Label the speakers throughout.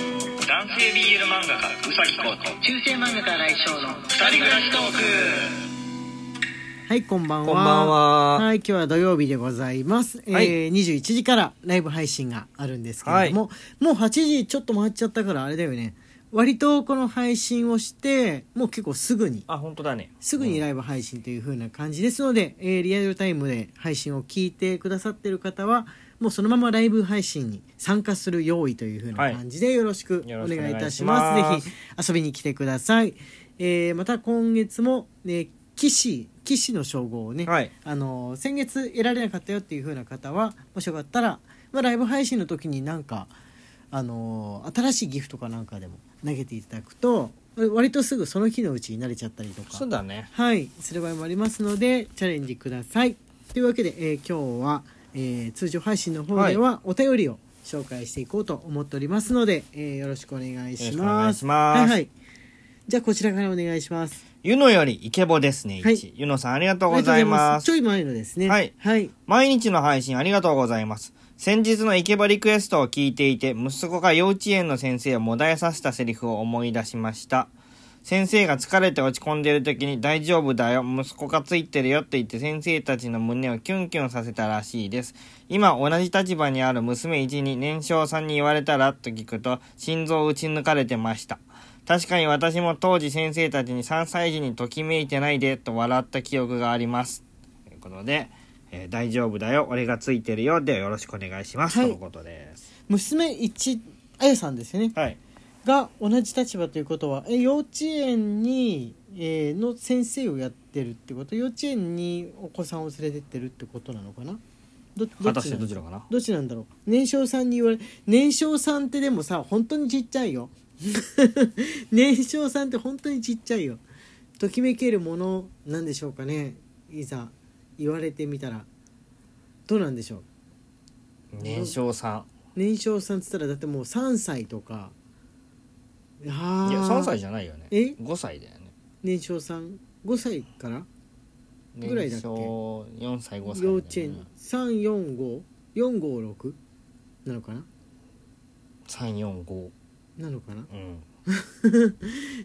Speaker 1: 男性 BL 漫画家うさぎこうと
Speaker 2: 中世漫画家来翔の
Speaker 1: 二人暮らしトーク
Speaker 2: はいこんばんは
Speaker 3: こんばんは
Speaker 2: はい今日は土曜日でございます、
Speaker 3: はい
Speaker 2: えー、21時からライブ配信があるんですけれども、もう8時ちょっと回っちゃったからあれだよね割とこの配信をしてもう結構すぐに
Speaker 3: あ本当だね
Speaker 2: すぐにライブ配信という風な感じですので、えーリアルタイムで配信を聞いてくださってる方はもうそのままライブ配信に参加する用意という風な感じでよろしくお願いいたします。
Speaker 3: よろしくお願いします
Speaker 2: ぜひ遊びに来てください。えーまた今月も、ね、騎士騎士の称号をね、
Speaker 3: はい
Speaker 2: あの先月得られなかったよっていう風な方はもしよかったら、まあ、ライブ配信の時になんかあの新しいギフトかなんかでも投げていただくと割とすぐその日のうちに慣れちゃったりとか
Speaker 3: そうだね
Speaker 2: はい、する場合もありますのでチャレンジください。というわけで、えー今日は、えー通常配信の方ではお便りを紹介していこうと思っておりますので、えーよろしくお願いし
Speaker 3: よろしくお願
Speaker 2: ま
Speaker 3: い
Speaker 2: す。
Speaker 3: します
Speaker 2: はいはい。じゃあこちらからお願いします。
Speaker 3: ゆのよりイケボですね、
Speaker 2: はい
Speaker 3: 1ゆのさんありがとうございま
Speaker 2: あ
Speaker 3: す
Speaker 2: りがとうございますちょい前のですね。
Speaker 3: はい
Speaker 2: はい。
Speaker 3: 毎日の配信ありがとうございます先日のイケボリクエストを聞いていて息子が幼稚園の先生をもだえさせたセリフを思い出しました先生が疲れて落ち込んでいる時に「大丈夫だよ息子がついてるよ」って言って先生たちの胸をキュンキュンさせたらしいです今同じ立場にある娘1に年少さんに言われたらと聞くと心臓を打ち抜かれてました確かに私も当時先生たちに3歳児にときめいてないでと笑った記憶がありますということで、えー大丈夫だよ俺がついてるよではよろしくお願いします、
Speaker 2: はい
Speaker 3: とのことです
Speaker 2: 娘一あやさんですよね。
Speaker 3: はい
Speaker 2: が同じ立場ということはえ幼稚園に、えーの先生をやってるってこと幼稚園にお子さんを連れてってるってことなのかなどど
Speaker 3: 果
Speaker 2: っち
Speaker 3: たして
Speaker 2: な
Speaker 3: ど
Speaker 2: の
Speaker 3: ちらかな
Speaker 2: どっちなんだろう年少さんに言われ年少さんってでもさ本当にちっちゃいよ 年少さんって本当にちっちゃいよときめけるものなんでしょうかねいざ言われてみたらどうなんでしょう
Speaker 3: 年少さ
Speaker 2: 年少さんっつったらだってもう3歳とかいや
Speaker 3: んいや3歳
Speaker 2: じゃ
Speaker 3: じゃないよね
Speaker 2: え
Speaker 3: 5歳だよね
Speaker 2: 年少さん5歳からぐらいだっけ
Speaker 3: 年少4歳5歳だよね、
Speaker 2: 幼稚園345456なのかな
Speaker 3: 345
Speaker 2: なのかな
Speaker 3: うん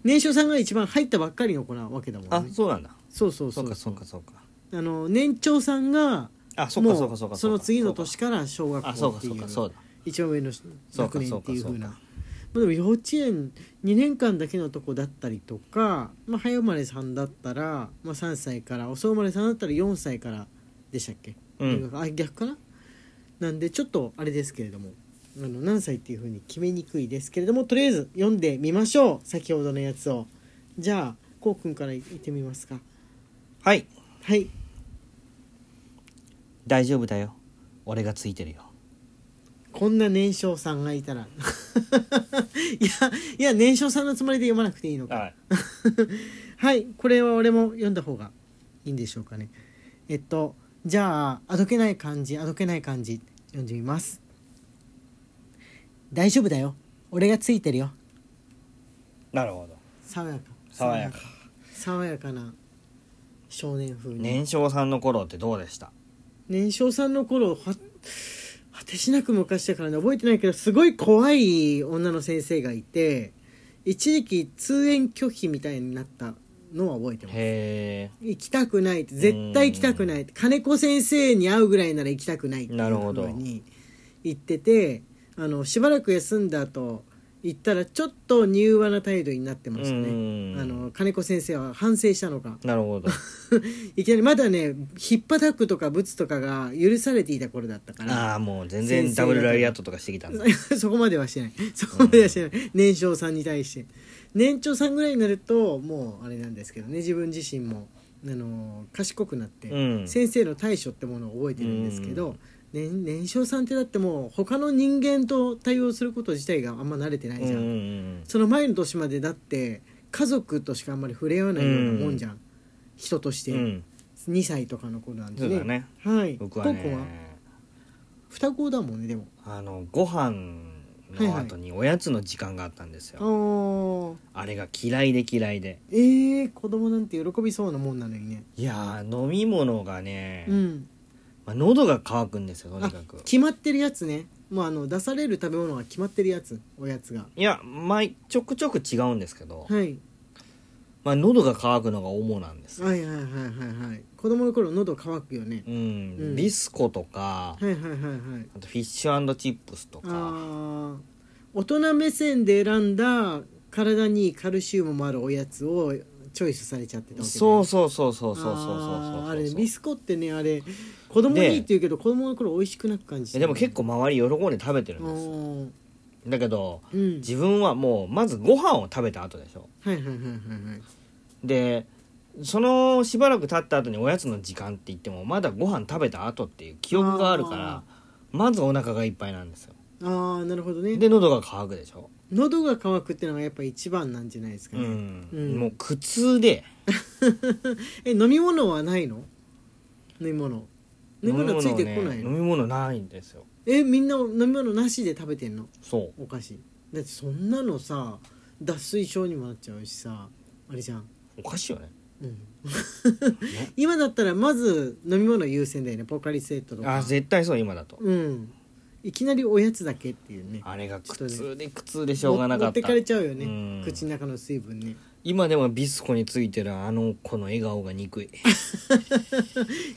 Speaker 2: 年少さんが一番入ったばっかりの子なわけだもんね
Speaker 3: あそうなんだ
Speaker 2: そうそうそ
Speaker 3: そ
Speaker 2: う
Speaker 3: うか
Speaker 2: う
Speaker 3: そうかそうか
Speaker 2: あの年長さんが
Speaker 3: あそう
Speaker 2: も
Speaker 3: かそうかそうか
Speaker 2: うその次の年
Speaker 3: か
Speaker 2: から小学
Speaker 3: あそう
Speaker 2: 校
Speaker 3: か
Speaker 2: っていう
Speaker 3: そ
Speaker 2: う
Speaker 3: かそうだ
Speaker 2: 一番上の
Speaker 3: そう
Speaker 2: 学
Speaker 3: か
Speaker 2: 年
Speaker 3: そ
Speaker 2: っ
Speaker 3: う
Speaker 2: て
Speaker 3: か
Speaker 2: いう
Speaker 3: そ
Speaker 2: 風
Speaker 3: う
Speaker 2: な
Speaker 3: か
Speaker 2: まあでも幼稚園2年間だけのとこだったりとか、まあ、早生まれさんだったら、まあ、3歳から遅生まれさんだったら4歳からでしたっけ、
Speaker 3: うん
Speaker 2: あ逆かななんでちょっとあれですけれどもあの何歳っていう風に決めにくいですけれどもとりあえず読んでみましょう先ほどのやつをじゃあこうくんから言ってみますか
Speaker 3: はい
Speaker 2: はい
Speaker 3: 大丈夫だよ俺がついてるよ
Speaker 2: こんな年少さんがいたら いやいや年少さんのつもりで読まなくていいのか
Speaker 3: はい
Speaker 2: はいこれは俺も読んだ方がいいんでしょうかねえっとじゃああどけない感じあどけない感じ読んでみます大丈夫だよ俺がついてるよ
Speaker 3: なるほど
Speaker 2: 爽やか
Speaker 3: 爽やか
Speaker 2: 爽やかな少年風に、
Speaker 3: 年少さんの頃ってどうでした
Speaker 2: 年少さんの頃は果てしなく昔だからね覚えてないけどすごい怖い女の先生がいて一時期通園拒否みたいになったのは覚えてます
Speaker 3: へ
Speaker 2: 行きたくないって絶対行きたくないって金子先生に会うぐらいなら行きたくないっていう
Speaker 3: なるほど
Speaker 2: ふうに言っててあのしばらく休んだ後行ったらちょっと柔和な態度になってました
Speaker 3: うん
Speaker 2: ねあの金子先生は反省したのか
Speaker 3: えなるほど
Speaker 2: いきなりまだねヒッパタックとかブツとかが許されていた頃だったから
Speaker 3: ああもう全然ダブルラリアットとかしてきたんだ
Speaker 2: そこまではしてないそこまではしてない、年少さんに対して年長さんぐらいになるともうあれなんですけどね自分自身もあの賢くなって、
Speaker 3: うん
Speaker 2: 先生の対処ってものを覚えてるんですけど、
Speaker 3: うん
Speaker 2: 年年少さんってだってもう他の人間と対応すること自体があんま慣れてな
Speaker 3: う
Speaker 2: い
Speaker 3: ん
Speaker 2: じゃ
Speaker 3: うん
Speaker 2: ん
Speaker 3: うん
Speaker 2: その前の年までだって家族としかあんまり触れ合わないようなもんじゃん、人として、
Speaker 3: うん
Speaker 2: 2歳とかの子なんで
Speaker 3: そうだね
Speaker 2: はい
Speaker 3: 僕は
Speaker 2: コウ君
Speaker 3: ね
Speaker 2: 双子だもんねでも
Speaker 3: あのご飯の後におやつの時間があったんです
Speaker 2: あ
Speaker 3: よ
Speaker 2: ー
Speaker 3: あれが嫌いで嫌いで
Speaker 2: えー、子供なんて喜びそうなもんなのにね
Speaker 3: いやー飲み物がね
Speaker 2: うん
Speaker 3: まあ喉が渇くんですよと
Speaker 2: あ
Speaker 3: にかく
Speaker 2: 決まってるやつねもうあの出される食べ物が決まってるやつおやつが
Speaker 3: いや、まあ、ちょくちょく違うんですけど、
Speaker 2: はい
Speaker 3: まあ、喉が渇くのが主なんです。
Speaker 2: はいはいはいはいはい子供の頃喉乾くよね
Speaker 3: うん、
Speaker 2: うん
Speaker 3: ビスコと
Speaker 2: は
Speaker 3: か、
Speaker 2: いはいはいはい
Speaker 3: あとフィッシュチップスとか、
Speaker 2: あー大人目線で選んだ体にいいカルシウムもあるおやつをチョイスされちゃってたわけね
Speaker 3: そうそうそうそうそうそうそう
Speaker 2: あーあ
Speaker 3: そう
Speaker 2: れ
Speaker 3: そう
Speaker 2: ビスコってねあれ子供にいいって言うけど子供の頃美味しくなく感じ
Speaker 3: えでも結
Speaker 2: 構
Speaker 3: 構周り喜んで食べてるんです
Speaker 2: うん
Speaker 3: だけど
Speaker 2: うん
Speaker 3: 自分はもうまずご飯を食べた後でしょ
Speaker 2: はいはいはいはいはい
Speaker 3: でそのしばらく経った後におやつの時間って言ってもまだご飯食べた後っていう記憶があるから
Speaker 2: あ
Speaker 3: まずお腹がいっぱいなんですよ
Speaker 2: ああなるほどね
Speaker 3: で喉が渇くでしょ
Speaker 2: 喉が渇くってのがやっぱ一番なんじゃないですか
Speaker 3: う
Speaker 2: ね、
Speaker 3: ん、
Speaker 2: うん
Speaker 3: もう苦痛で
Speaker 2: え飲み物はないの飲み物飲み物ついてこない
Speaker 3: 飲み物ね
Speaker 2: の、
Speaker 3: 飲み物ないんですよ
Speaker 2: えみんな飲み物なしで食べてんの
Speaker 3: そう
Speaker 2: お菓子だってそんなのさ脱水症にもなっちゃうしさあれじゃん、
Speaker 3: おかしいよね
Speaker 2: うん 今だったらまず飲み物優先だよねポカリスエットとか
Speaker 3: あ絶対そう今だと
Speaker 2: うんいきなりおやつだけっていうね
Speaker 3: あれが
Speaker 2: ちょっ
Speaker 3: 苦
Speaker 2: とね
Speaker 3: 痛で苦痛でしょうがなか
Speaker 2: 持
Speaker 3: っ
Speaker 2: って
Speaker 3: た
Speaker 2: かれちゃうよね、
Speaker 3: うん
Speaker 2: 口の中の水分ね
Speaker 3: 今でもビスコについてるあの子の笑顔が 憎い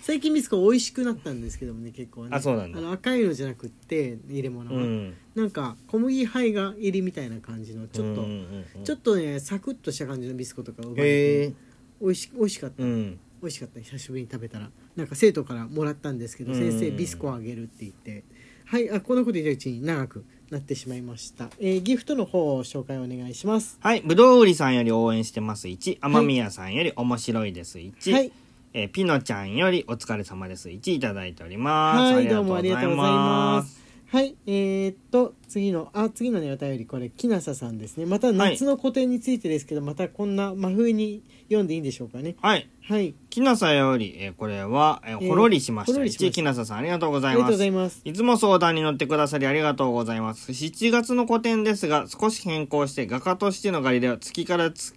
Speaker 2: 最近ビスコ美味しくなったんですけどもね結構ね
Speaker 3: あそうなんだ
Speaker 2: の赤いのじゃなくって入れ物
Speaker 3: う
Speaker 2: は、
Speaker 3: ん
Speaker 2: なんか小麦灰が入りみたいな感じのちょっと、
Speaker 3: うんうんうん
Speaker 2: ちょっとねサクッとした感じのビスコとかうまい、
Speaker 3: へえ
Speaker 2: 美味し美味しかった
Speaker 3: うん
Speaker 2: 美味しかった久しぶりに食べたらなんか生徒からもらったんですけど、
Speaker 3: うん
Speaker 2: 先生ビスコあげるって言ってはいあこんなこと言ってるうちに長くなってしまいました、えーギフトの方を紹介お願いします
Speaker 3: はいぶどう売りさんより応援してます1雨宮さんより面白いです1、
Speaker 2: はい
Speaker 3: えーピノちゃんよりお疲れ様です1いただいております
Speaker 2: はいどうもありがとうございます
Speaker 3: す
Speaker 2: はいえー、っと次のあ次のねお便りこれきなささんですねまた夏の古典についてですけど、またこんな真風に読んでいいんでしょうかね
Speaker 3: はい
Speaker 2: はい
Speaker 3: きなさより、えーこれは、えー
Speaker 2: えー
Speaker 3: ほろりしました
Speaker 2: ほろりしました
Speaker 3: 1きなささんありがとうござ
Speaker 2: あ
Speaker 3: い
Speaker 2: りが
Speaker 3: ま
Speaker 2: とうご
Speaker 3: す
Speaker 2: ざいます
Speaker 3: いつも相談に乗ってくださりありがとうございます。7月の個展ですが、少し変更して画家としてのガリレオ、月からつ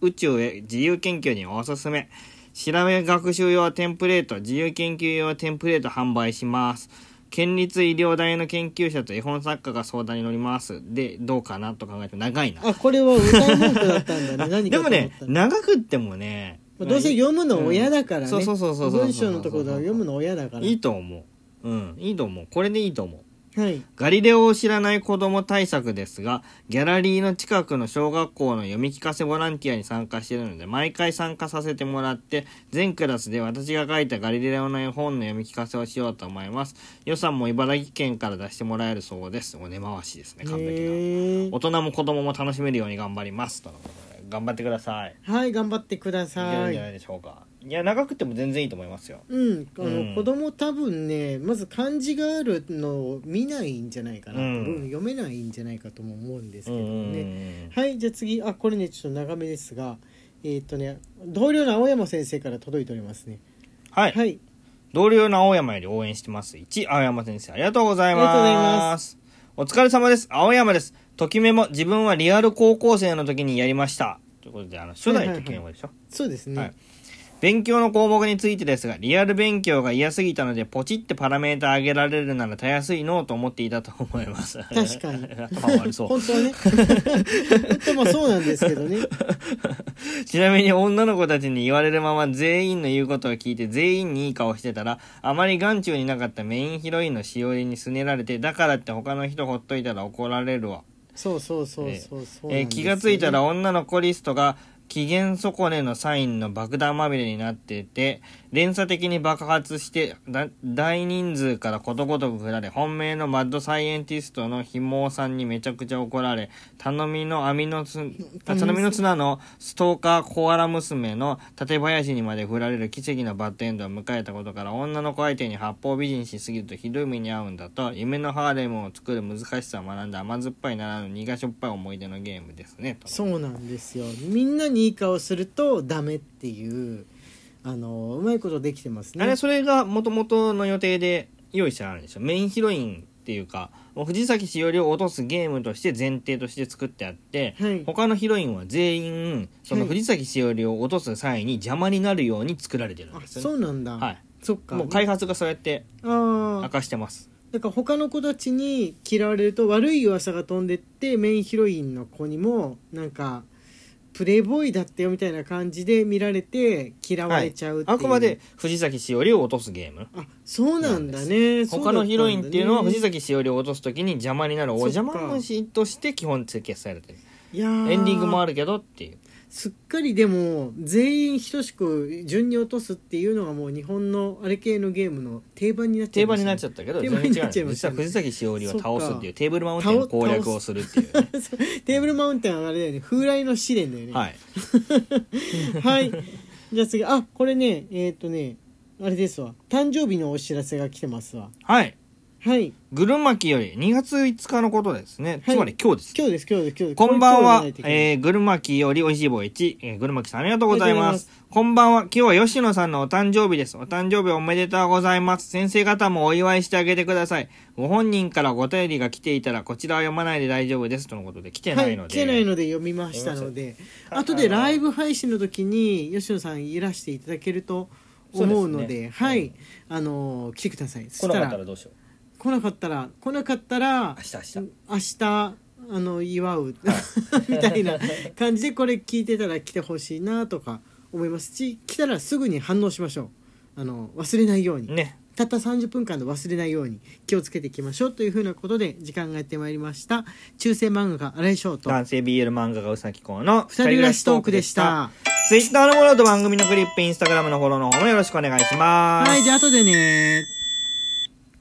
Speaker 3: 宇宙へ自由研究におすすめ。調べ学習用テンプレート、自由研究用テンプレート販売します。県立医療大の研究者と絵本作家が相談に乗ります。で、どうかなと考えて長いな。
Speaker 2: あこれは歌い文句だったん だね何か
Speaker 3: で
Speaker 2: と思
Speaker 3: も
Speaker 2: った
Speaker 3: ね、長くってもね、
Speaker 2: まあどうせ読むの親だからね
Speaker 3: そうそうそうそうそうそうそう
Speaker 2: 文章のところでは読むの親だから
Speaker 3: いいと思う。うん、いいと思う。これでいいと思う。
Speaker 2: はい
Speaker 3: ガリレオを知らない子ども対策ですが、ギャラリーの近くの小学校の読み聞かせボランティアに参加しているので、毎回参加させてもらって、全クラスで私が書いたガリレオの絵本の読み聞かせをしようと思います。予算も茨城県から出してもらえるそうです。お根回しですね、完璧
Speaker 2: へ
Speaker 3: な。
Speaker 2: ー
Speaker 3: 大人も子供も楽しめるように頑張ります。とのことで頑張ってください。
Speaker 2: はい頑張ってくだ
Speaker 3: いけ
Speaker 2: さ
Speaker 3: るん
Speaker 2: い
Speaker 3: じゃないでしょうか。いや、長くても全然いいと思いますよ。
Speaker 2: うん、あの、
Speaker 3: うん
Speaker 2: 子供多分ねまず漢字があるのを見ないんじゃないかな、
Speaker 3: うん
Speaker 2: 文読めないんじゃないかとも思うんですけど
Speaker 3: うんうんうんう
Speaker 2: ね、
Speaker 3: ん
Speaker 2: はいじゃあ次あこれねちょっと長めですがえーっ、とね同僚の青山先生から届いておりますね
Speaker 3: はい
Speaker 2: は。い
Speaker 3: 同僚の青山より応援してます。1、青山先生、ありがとうござ
Speaker 2: あ
Speaker 3: い
Speaker 2: りがとうござい
Speaker 3: ま。
Speaker 2: ます
Speaker 3: お疲れ様です。青山です。ときめも自分はリアル高校生の時にやりました。ということで、あの、初代ときめもでしょ、
Speaker 2: そうですね、
Speaker 3: はい勉強の項目についてですが、リアル勉強が嫌すぎたので、ポチってパラメータ上げられるならたやすいのうと思っていたと思います。
Speaker 2: 確かに
Speaker 3: 頭悪そう。
Speaker 2: 本当はね 本当まあそうなんですけどね
Speaker 3: ちなみに女の子たちに言われるまま全員の言うことを聞いて全員にいい顔してたらあまり眼中になかったメインヒロインのしおりにすねられてだからって他の人ほっといたら怒られるわ、
Speaker 2: そうそうそうそうそうなんですよね、
Speaker 3: えー気がついたら女の子リストが機嫌損ねのサインの爆弾まみれになってて連鎖的に爆発してだ大人数からことごとく振られ本命のマッドサイエンティストのひもさんにめちゃくちゃ怒られ頼みの網のつあ頼みの綱のストーカーコアラ娘の館林にまで振られる奇跡のバッドエンドを迎えたことから女の子相手に八方美人しすぎるとひどい目に遭うんだと夢のハーレムを作る難しさを学んだ甘酸っぱいならぬ苦しょっぱい思い出のゲームですねと
Speaker 2: そうなんですよみんなにいい顔するとダメっていうあのうまいことできてますね
Speaker 3: あれそれが元々の予定で用意してあるんでしょメインヒロインっていうかもう藤崎しおりを落とすゲームとして前提として作ってあって、
Speaker 2: はい
Speaker 3: 他のヒロインは全員その
Speaker 2: はい
Speaker 3: 藤崎しおりを落とす際に邪魔になるように作られてるん
Speaker 2: あ
Speaker 3: ですよ
Speaker 2: そ
Speaker 3: ね、
Speaker 2: うなんだ、
Speaker 3: はい
Speaker 2: そっか
Speaker 3: もう開発がそうやって
Speaker 2: あ
Speaker 3: 明
Speaker 2: あ
Speaker 3: かしてます
Speaker 2: だから他の子たちに嫌われると悪い噂が飛んでってメインヒロインの子にもなんかプレイボーイだったよみたいな感じで見られて嫌われちゃうっていう、
Speaker 3: あくまで藤崎しおりを落とすゲーム
Speaker 2: あそうなんだね
Speaker 3: 他のヒロインっていうのは藤
Speaker 2: 崎
Speaker 3: 崎しおりを落とす時に邪魔になるお邪魔虫として基本設計されてる
Speaker 2: いや
Speaker 3: エンディングもあ
Speaker 2: る
Speaker 3: るけどっていう
Speaker 2: すっかりでも全員等しく順に落とすっていうのがもう日本のあれ系のゲームの定番になっちゃ
Speaker 3: 定
Speaker 2: いま
Speaker 3: 番
Speaker 2: し
Speaker 3: に
Speaker 2: た
Speaker 3: なっ
Speaker 2: ね
Speaker 3: ちゃったけど
Speaker 2: 定番
Speaker 3: 全然違
Speaker 2: に
Speaker 3: う
Speaker 2: なっちゃいまし
Speaker 3: 実
Speaker 2: た
Speaker 3: は
Speaker 2: ね
Speaker 3: 藤崎しおりを倒すってい
Speaker 2: そうっ
Speaker 3: テーブルマウンテンの攻略をするっていうね
Speaker 2: テーブルマウンテンはあれだよね風来の試練だよね
Speaker 3: はい
Speaker 2: はい。じゃあ次、あ、これね、えーっ、とね、あれですわ。誕生日のお知らせが来てますわ。
Speaker 3: はい
Speaker 2: はい。
Speaker 3: ぐるまきより2月5日のことですね、
Speaker 2: はい
Speaker 3: つまり今日です
Speaker 2: 今日です、今日です、今日です。
Speaker 3: こんばんは
Speaker 2: れ今日じゃないとい、けない
Speaker 3: えー、ぐるまきよりおいしい棒1、えー、ぐるまきさんありがとうござい
Speaker 2: ありが
Speaker 3: ま
Speaker 2: とうご
Speaker 3: す。こんばんは、今日は吉野さんのお誕生日です。お誕生日おめでとうございます。先生方もお祝いしてあげてください。ご本人からご便りが来ていたら、こちらは読まないで大丈夫です。とのことで、来てないの
Speaker 2: はい、来
Speaker 3: で。
Speaker 2: てないので読みましたので後でライブ配信の時に吉野さんいらしていただけると思うの
Speaker 3: そう
Speaker 2: で
Speaker 3: ですね
Speaker 2: はい、
Speaker 3: うん
Speaker 2: あのー来てください
Speaker 3: 来
Speaker 2: そ
Speaker 3: な
Speaker 2: した
Speaker 3: からったらどうしよう。
Speaker 2: 来なかったら来なかったら
Speaker 3: 明日、明日。
Speaker 2: 明日あの祝う みたいな感じでこれ聞いてたら来てほしいなとか思いますし来たらすぐに反応しましょうあの忘れないように、
Speaker 3: ね。
Speaker 2: たった30分間で忘れないように気をつけていきましょうというふうなことで時間がやってまいりました中世漫画家荒井翔と
Speaker 3: 男性 BL 漫画がうさきこうの
Speaker 2: 二人暮らしトークでした。
Speaker 3: Twitter のフォローと番組のクリップ、Instagram のフォローの方もよろしくお願いします。
Speaker 2: はいじゃあ後でね